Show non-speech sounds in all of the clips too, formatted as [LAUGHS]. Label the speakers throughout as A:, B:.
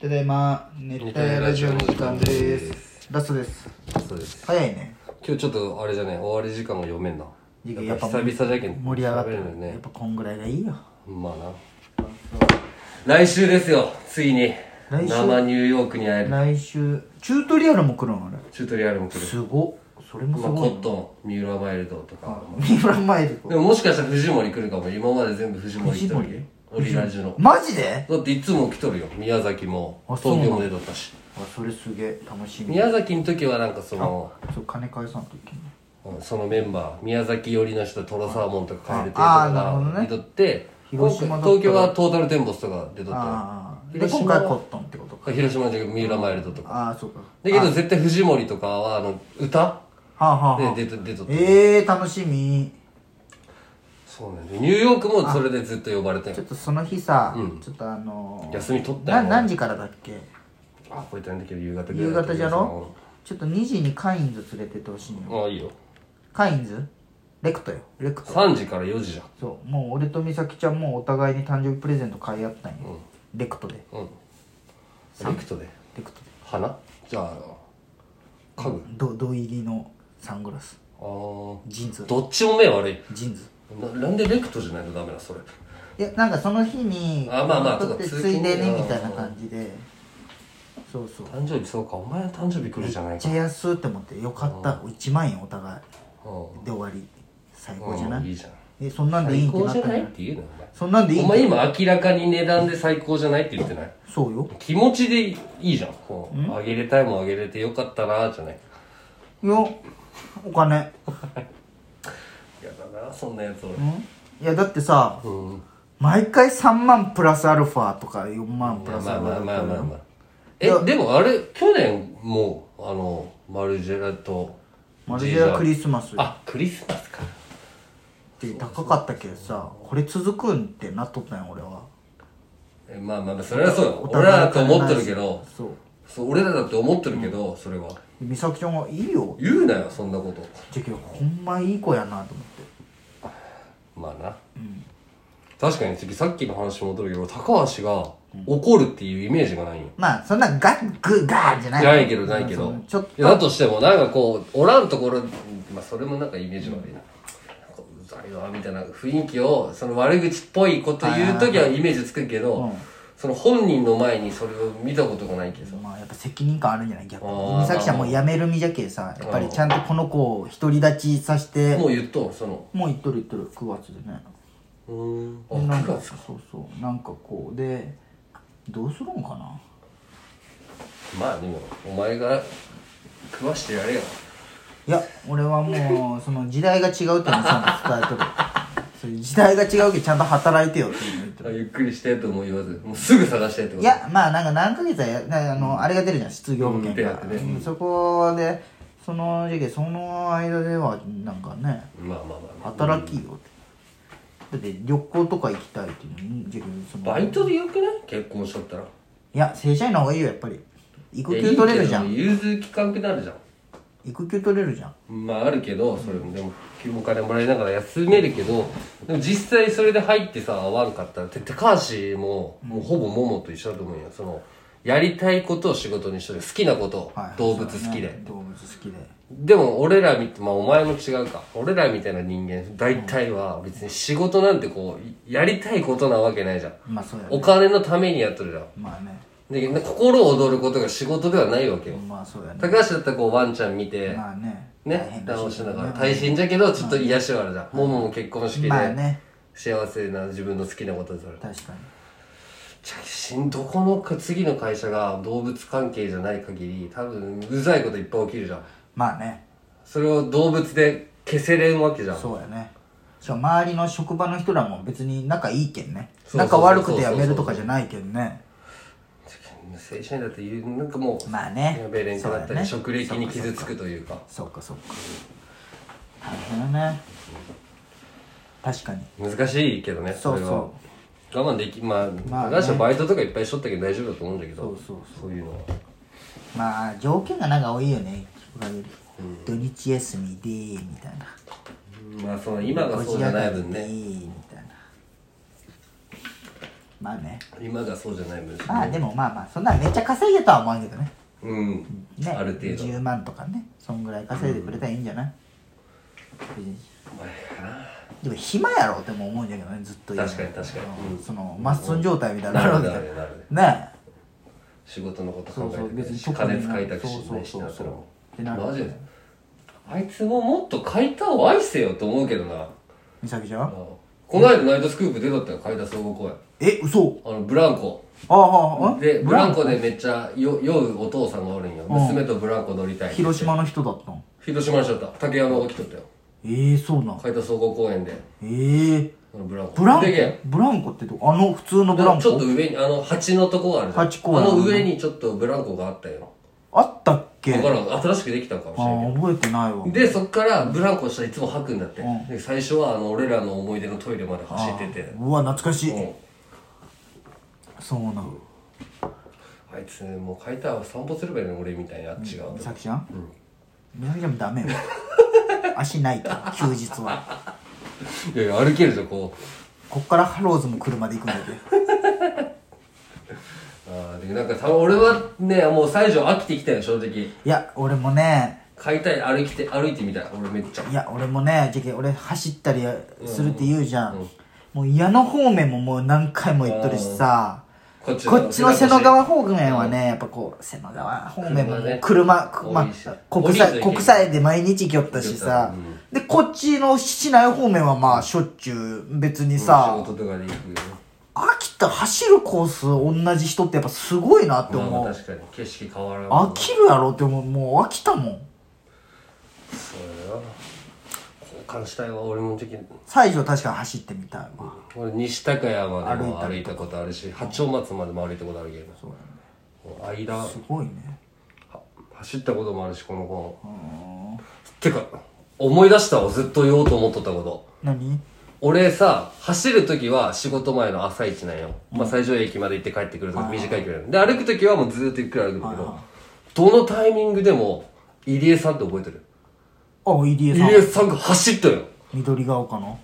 A: ただいま熱帯夜ラジオの時間ですラストです
B: そうです
A: 早いね
B: 今日ちょっとあれじゃね終わり時間が読めんなやっぱ久々じゃけん
A: 盛り上がってる
B: 喋るのよ
A: やっ
B: ね
A: ぱこんぐらいがいいよ
B: まあな来週ですよついに
A: 来週
B: 生ニューヨークに会える
A: 来週チュートリアルも来るのあれ
B: チュートリアルも来る、
A: すごっそれもす
B: まあ、コ
A: ごい
B: ットン三浦マイルドとか
A: 三浦前で
B: でももしかしたら藤森来るかも今まで全部藤森来て
A: 藤
B: るオリラジの
A: マジで
B: だっていつも来とるよ宮崎も
A: あそう
B: 東京も出とったし
A: あそれすげえ楽しみ
B: 宮崎の時はなんかその
A: そう金返さんといけない
B: うんそのメンバー宮崎寄りの人トロサーモンとかカエルテと
A: ああーなるほ
B: か
A: ど
B: が
A: ね
B: 出とって今
A: 広
B: 回
A: 島だったら
B: 東京はトータルテンボスとか出とったよ
A: ああで
B: 広
A: 今
B: 島
A: 回コットンってことか
B: 広島の時三浦マイルドとか
A: ああそうか
B: だけど絶対藤森とかはあの歌
A: はあはあはあ
B: で出と出とった
A: ええ楽しみ
B: そうなんだよニューヨークもそれでずっと呼ばれて
A: ちょっとその日さ、
B: うん
A: ちょっとあのー、
B: 休み取った
A: な
B: よ
A: 何時からだっけ
B: あこれ大変だけど夕方ぐらい
A: 夕
B: だった
A: 方じゃろちょっと2時にカインズ連れてってほしいのよ
B: ああいいよ
A: カインズレクトよレクト
B: 3時から4時じゃん
A: そうもう俺と美咲ちゃんもお互いに誕生日プレゼント買い合ったんよ、レクトで
B: うんセクトで
A: レクトで
B: 花じゃあ家具
A: ど銅入りのサングラス
B: ああ
A: ジーンズ
B: どっちも目悪い
A: ジーンズ
B: ななんでレクトじゃないとダメなそれ
A: いやなんかその日に
B: あまあまあ
A: この人って
B: そう
A: つ
B: か
A: いで
B: 通勤
A: ね
B: ね
A: みたいな感じでそうそう
B: 誕生日そうかお前の誕生日来るじゃな
A: めっ
B: い
A: ち
B: か
A: ゃ安って思ってよかった1万円お互い
B: うん
A: で終わり最高じゃな
B: うんい
A: い
B: いじゃん
A: えそんなんでいい
B: 最
A: って
B: 高
A: なっ
B: じ
A: た
B: ゃないっ
A: ら
B: て言うなお前
A: そんなんでいい
B: お
A: ん
B: 前今明らかに値段で最高じゃないって言ってない
A: そうよ
B: 気持ちでいいじゃんこうあげれたいもんあげれてよかったなじゃない
A: いやお金
B: やだなそんなやつ俺
A: いやだってさ
B: うん
A: 毎回3万プラスアルファとか4万プ
B: まあ
A: ラス
B: ま
A: ア
B: あ
A: ルフ
B: まあ
A: ァ
B: まあまあまあ
A: い
B: え
A: や
B: でもあれ去年もうあのマルジェラと
A: マルジェラクリ
B: ス
A: スマスっ
B: あクリスマスか
A: て高かったけどさこれ続くんってなっとったんや俺は
B: えまあまあまあそれはそうよ
A: お互
B: 俺
A: い
B: らだと思ってるけど
A: そう
B: そう俺らだって思ってるけど、それは
A: 美咲ちゃんが「いいよ
B: 言うなよそんなこと」
A: じゃけどほんまいい子やなと思って
B: まあな、確かに次さっきの話戻るけど高橋が怒るっていうイメージがないよ、
A: まあそんなガッグガーじゃない
B: ないけどないけど、
A: うんそうちょっ
B: いやだとしてもなんかこうおらんところ、まあ、それもなんかイメージ悪いな、なんかうざいわみたいな雰囲気をその悪口っぽいこと言う時はイメージつくけど、
A: うん
B: その本人の前にそれを見たことがないけど
A: と
B: さ
A: まあやっぱ責任感あるんじゃない逆
B: あ
A: に
B: ー
A: 美咲ちゃんもうやめる身じゃけさやっぱりちゃんとこの子を独り立ちさせて
B: もう言っとんその
A: もう行っとる行っとる9月でね
B: うーんあ
A: でなん
B: 9
A: か
B: 月
A: そうそうなんかこうでどうするんかな
B: まあでもお前が食わしてやれよ
A: いや俺はもうその時代が違うっていうのをさ
B: [LAUGHS]
A: 伝えとるそういう時代が違うけどちゃんと働いてよっていうの言って
B: あ
A: る
B: ゆっくりしてとも言わずもうすぐ探してってこと
A: いやまあなんか何ヶ月はやなあの、あれが出るじゃん失業保険が、
B: うん出るねうん
A: そこでその時期その間ではなんかね
B: まあまあまあ、ま
A: 働きよって、だって旅行とか行きたいっていうのにじゃあそ
B: あ、
A: の
B: バイトでよくない結婚しとったら
A: いや正社員の方がいいよやっぱり育
B: いやい
A: 休
B: いけど
A: 取れるじゃん
B: 融通きかんくなるじゃん
A: 育休取れるじゃん
B: まああるけどそれもでもお金もらいながら休めるけどでも実際それで入ってさ合わんかったらて高橋ももうほぼモモと一緒だと思うよそのやりたいことを仕事にしとる好きなことを、
A: はい
B: 動物好きで、
A: 動物好きで
B: でも俺らみまあお前も違うか俺らみたいな人間大体は別に仕事なんてこうやりたいことなわけないじゃん
A: まあそうや
B: お
A: ね
B: 金のためにやっとるじゃん
A: まあね
B: でな心躍ることが仕事ではないわけよ
A: まあそうやね
B: 高橋だったらこうワンちゃん見て
A: まあね大
B: ね
A: 変だ
B: 直
A: し
B: しながら大変じゃけどちょっと癒しはあるじゃんももも結婚式で
A: まあね
B: 幸せな自分の好きなことにする
A: 確かに
B: じゃあしんどこのか次の会社が動物関係じゃない限り多分うざいこといっぱい起きるじゃん
A: まあね
B: それを動物で消せれんわけじゃん
A: そうやねしかも周りの職場の人らも別に仲いいけんね
B: そうそうそう
A: 仲
B: そ
A: 悪く
B: う
A: て辞めるとかじゃないけんね
B: 正社員だって言うなんかもう
A: まあね
B: やべえ連携だった
A: そう
B: り、
A: やね
B: 職歴に傷つくというか
A: そっかそっか大変だね確かに
B: 難しいけどね
A: そうそう
B: れは我慢できまあ、
A: まあね
B: 私はバイトとかいっぱいしとったけど大丈夫だと思うんだけど
A: そうそう
B: そういうのは
A: まあ条件がなんか多いよね職場より土日休みでみたいな
B: まあその今がそうじゃない分
A: 5時上が
B: ね
A: りでみたいなまあね
B: 今がそうじゃない分
A: まあでもまあまあそんなめっちゃ稼げとは思わんけどね
B: うん、
A: ね
B: ある程度
A: 10万とかねそんぐらい稼いでくれたらいいんじゃない、でも暇やろっても思うんだけどねずっと家に
B: 確かに確かに
A: うんそのマッスン状態みたいになる
B: なる
A: わ
B: ほ
A: け
B: ど
A: だ
B: な
A: よ
B: るほどなるほど
A: ねえ
B: 仕事のこと
A: そ
B: 考
A: うそ
B: え
A: う
B: てくれ
A: 別
B: る
A: に
B: し
A: 特に
B: 金使いたく
A: そ
B: し
A: う
B: な
A: そう
B: いし
A: そう
B: なった
A: そ
B: ら
A: う
B: も
A: ってなる
B: マジであいつももっと買いたを愛せよと思うけどな
A: 美咲ちゃん
B: この間ナイトスクープ出とったよ買いた総合公演
A: え嘘
B: あのブランコ
A: ああああ
B: でブランコでめっちゃよ酔うお父さんがおるんよ
A: うん
B: 娘とブランコ乗りたいって
A: 広島の人だったの
B: 広島の人だった竹山が来とったよ
A: ええそうなん
B: 買いた総合公園で
A: ええ
B: あのブランコ
A: ブラン
B: でけん
A: コブランコってどこあの普通のブラン
B: ちょっと
A: コ
B: 上にあの鉢のとこがあるじゃん
A: 鉢公園
B: あの上にちょっとブランコがあったよ
A: あったっけ
B: 分か
A: あ
B: らん新しくできたのかもしれないけど
A: あ覚えてないわ
B: でそっからブランコしたらいつも吐くんだって、
A: うん
B: で最初はあの俺らの思い出のトイレまで走ってて
A: ああうわ懐かしい
B: も
A: そうなん
B: うあいつもう書いたら散歩すればいいのに俺みたいにあっち側
A: 美
B: と
A: 咲ちゃん美咲ちゃんもダメよ足ないと休日はい
B: やいや歩けるぞこう
A: こっからハローズも車で行くんだけど
B: あーでなんかた俺はねもう最初飽きてきたよ正直
A: いや俺もね
B: 買いたい歩きて歩いてみたい俺めっちゃ
A: いや俺もねじゃけ俺走ったりするって言うじゃん、もう矢野方面ももう何回も行っとるしさ
B: こっち
A: こっちの瀬野川方面は
B: うん
A: ねやっぱこう瀬野川方面ももう
B: 車ね
A: 車
B: 多
A: ま
B: いし
A: あ、国
B: 多い
A: 際
B: といけん
A: 国際で毎日行きよったしさ、でこっちの市内方面はまあしょっちゅう別にさ、
B: 仕事とかで行くよね
A: 秋田走るコース同じ人ってやっぱすごいなって
B: まあま
A: 思
B: あ
A: う
B: 確かに景色変わらんもん
A: 飽きるやろって思うもう飽きたもん
B: そうやな交換したいわ俺も時
A: 西条確かに走ってみたいわ
B: 俺西高山までも
A: 歩
B: 歩いたことあるし八丁松までも歩いたことあるけどな
A: そう
B: もう間は
A: すごいね
B: 走ったこともあるしこの子
A: うん
B: てか思い出したわずっと言おうと思っとったこと
A: 何
B: 俺さ走る時は仕事前の朝一なんよ、まあ最上駅まで行って帰ってくるとか短い距離なんで歩く時はもうずっとゆっくり歩くんだけどどのタイミングでも入江さんって覚えてる
A: あ入江さん
B: 入江さんが走ったよ
A: 緑が丘の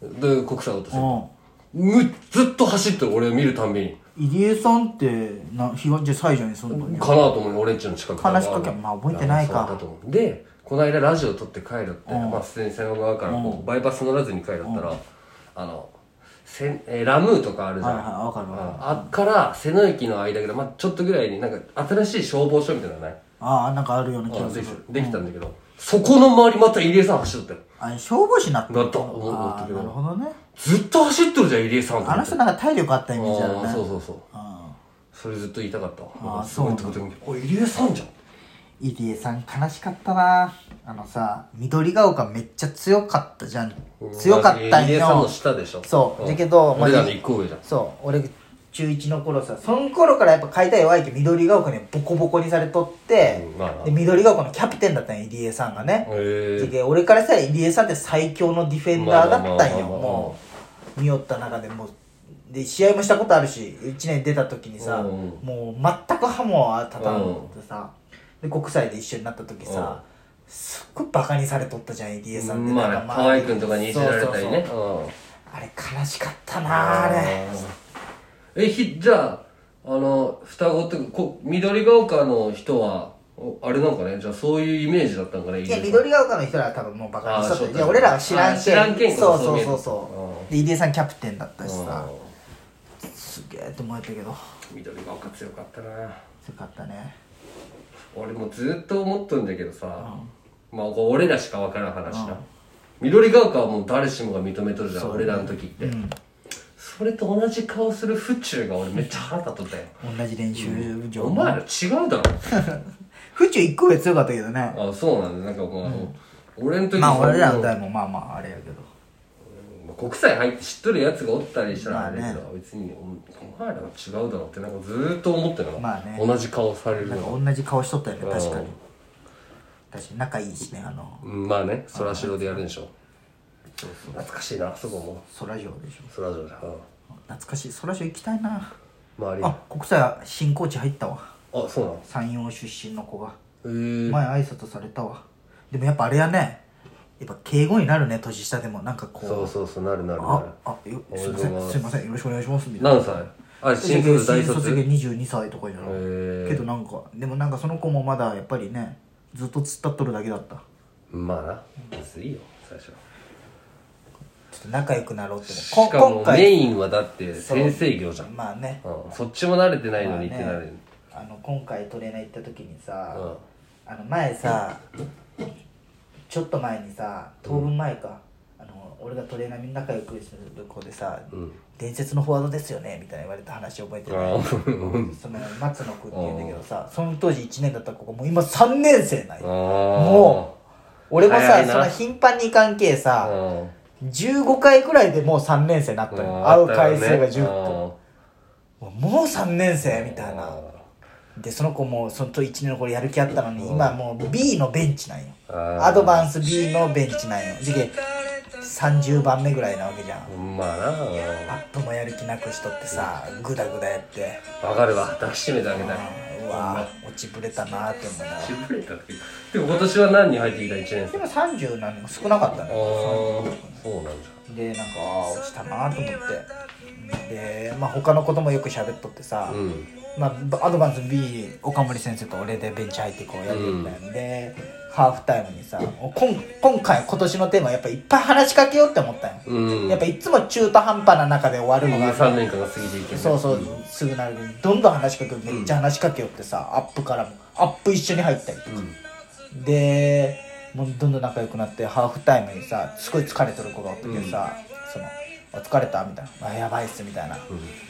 B: で国際落とせ
A: う
B: むずっと走ってる俺を見るたんびに
A: ん入江さんってな東で西条に住んどんや
B: かなと思うよ俺んちの近く
A: 話しかけまあ覚えてないか
B: そうだと思うでこの間ラジオ撮って帰るって、まあ普通に瀬野川からこうバイパス乗らずに帰るったら、あのせんえーラムーとかあるじゃん、
A: はいはいわかるわかる
B: ああっから瀬野駅の間ぐらい、まあ、ちょっとぐらいになんか新しい消防署みたいなのない
A: ああなんかあるような気
B: あ
A: がす
B: で
A: る
B: きたできたんだけど、そこの周りまた入江さん走っとったよ
A: あ消防士になった
B: なった思思った
A: あ
B: け
A: ーなる
B: ど
A: ほどね
B: ずっと走っとるじゃん入江さんと思って
A: あの人なんか体力あったイメージあるね
B: あーそうそうそう
A: うん
B: それずっと言いたかった
A: あー
B: すごいとこで見てお入江さんじゃん
A: 入江さん悲しかったなあのさ緑が丘めっちゃ強かったじゃん強かったん
B: 入江さん
A: よ
B: の下でしょ
A: そう
B: うん
A: だけど
B: 俺らの一個上じゃん
A: そう俺中1の頃さその頃からやっぱ解体弱いけど緑が丘にボコボコにされとって、
B: うんまあな
A: で緑が丘のキャプテンだったんよ入江さんがね、
B: へえ
A: で俺からしたら入江さんって最強のディフェンダーだったんよ
B: まあまあまあまあ
A: もう見よった中でもうで試合もしたことあるし1年出た時にさ、
B: うん
A: もう全く歯も立たんのってさ、で国際で一緒になった時さ、すっごいバカにされとったじゃん入江さんって
B: ま
A: なん
B: あ
A: か
B: 河合君とかにいじられた
A: そう
B: りね
A: そうそう
B: うん
A: あれ悲しかったなあれ
B: えひじゃああの双子ってこ緑が丘の人はおあれなんかねじゃあそういうイメージだったんかね
A: い
B: 入
A: や
B: 江さん
A: 緑が丘の人らは多分もうバカにしとっ
B: あー
A: た
B: そう
A: いや俺らは知らんけん
B: あー知らんけん
A: そ
B: こ
A: う
B: そ
A: そ
B: そう
A: う
B: 見え
A: そうそうで
B: る
A: 入江さんキャプテンだったしさ
B: うん
A: すげえって思えたけどよ
B: 緑が丘強かったな
A: かったね
B: 俺もずっと思っとんだけどさ、まあこう俺らしか分からん話な、緑が丘はもう誰しもが認めとるじゃん、俺らの時って、それと同じ顔する府中が俺めっちゃ腹立っとったよ、
A: 同じ練習場
B: お前ら違うだろ
A: 府中1個上強かったけどね
B: あそうなんだなんかまあ、俺の時
A: まあ俺らの
B: もう
A: 代もまあまああれやけど
B: 国際入って知っとるやつがおったりしたらあれだけど、
A: ま
B: 別におお前らは違うだろってなんかずーっと思ったよな、
A: まあね
B: 同じ顔される
A: なん
B: の
A: か同じ顔しとったよね
B: うん
A: 確かに確かに仲いいしねあの
B: うんまあねそらしろでやるんでしょ懐かしいなあそこも
A: そらジオでしょ
B: そらしろじゃんうん
A: 懐かしいそらジオ行きたいな
B: 周りに
A: あ国際新コーチ入ったわ
B: あそうなの
A: 山陽出身の子が
B: へー
A: 前挨拶されたわでもやっぱあれやねやっぱ敬語になるね年下でもなんかこう
B: そうそうそうなるなるな
A: あ
B: る
A: あよすいませんすいませんよろしくお願いしますみたいな
B: 何歳あ新卒大卒
A: 新卒二22歳とかじゃない、
B: え
A: けどなんかでもなんかその子もまだやっぱりねずっと突っ立っとるだけだった
B: まあな別にいいよ最初
A: ちょっと仲良くなろうって
B: し
A: こん
B: かも
A: 今回
B: メインはだって先生業じゃん、
A: まあね,、
B: うん、そっちも慣れてない
A: まあ、
B: のに
A: ね
B: ってなる、
A: あの今回トレーナー行った時にさ、
B: うん
A: あの前さちょっと前にさ当分前か、あの俺がトレーナーみんな仲良くする子でさ、
B: ん
A: 伝説のフォワードですよねみたいな言われた話覚えてる
B: あー
A: その松野君って言うんだけどさその当時1年だった子がもう今3年生なん
B: あー
A: よも俺も
B: 早
A: さ
B: いな
A: その頻繁に行かんけさ、
B: うん
A: 15回くらいでもう3年生になった
B: うん
A: よ
B: あ
A: 会
B: っ
A: う
B: たよ
A: 回
B: ね
A: 数が10
B: う
A: 個
B: ん
A: もう3年生みたいなでその子もその1年の頃やる気あったのに今もう B のベンチなんよ
B: あー
A: アドバンス B のベンチなんよ次元30番目ぐらいなわけじゃん
B: まあなう
A: ア
B: ん
A: ップもやる気なくしとってさグダグダやって
B: わかるわ抱きしめてあげたい
A: うんうわ落ちぶれたなーって思うな
B: しぶれたってでも今年は何人入ってきた1年生あ
A: 今30何人少なかった
B: あ
A: ね
B: そうなんじ
A: でなんかあー落ちたなーと思ってでまあ他のこともよく喋っとってさ、
B: ゃんうん
A: まあ、アドバンス B 岡森先生と俺でベンチ入ってこうやってみたんで、ハーフタイムにさこん今回今年のテーマやっぱいっぱい話しかけようって思ったよ、
B: うん
A: やっぱいつも中途半端な中で終わるのが
B: 3年間が過ぎていけない
A: そうそう、すぐなるのにどんどん話しかけようめっちゃ話しかけようってさ、アップからもアップ一緒に入ったりとか、でもうどんどん仲良くなってハーフタイムにさすごい疲れてる子がおったけどさ、その「お疲れた?」みたいな「あやばいっす」みたいな、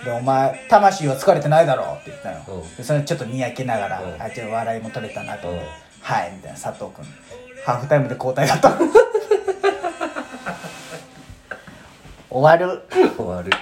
A: でお前魂は疲れてないだろ」って言ったよ、
B: うん
A: でそれちょっとにやけながら「
B: うん
A: あじゃあ笑いも取れたな」と思って
B: うん
A: 「はい」みたいな佐藤君ハーフタイムで交代だった
B: [LAUGHS]
A: 終わる
B: 終わる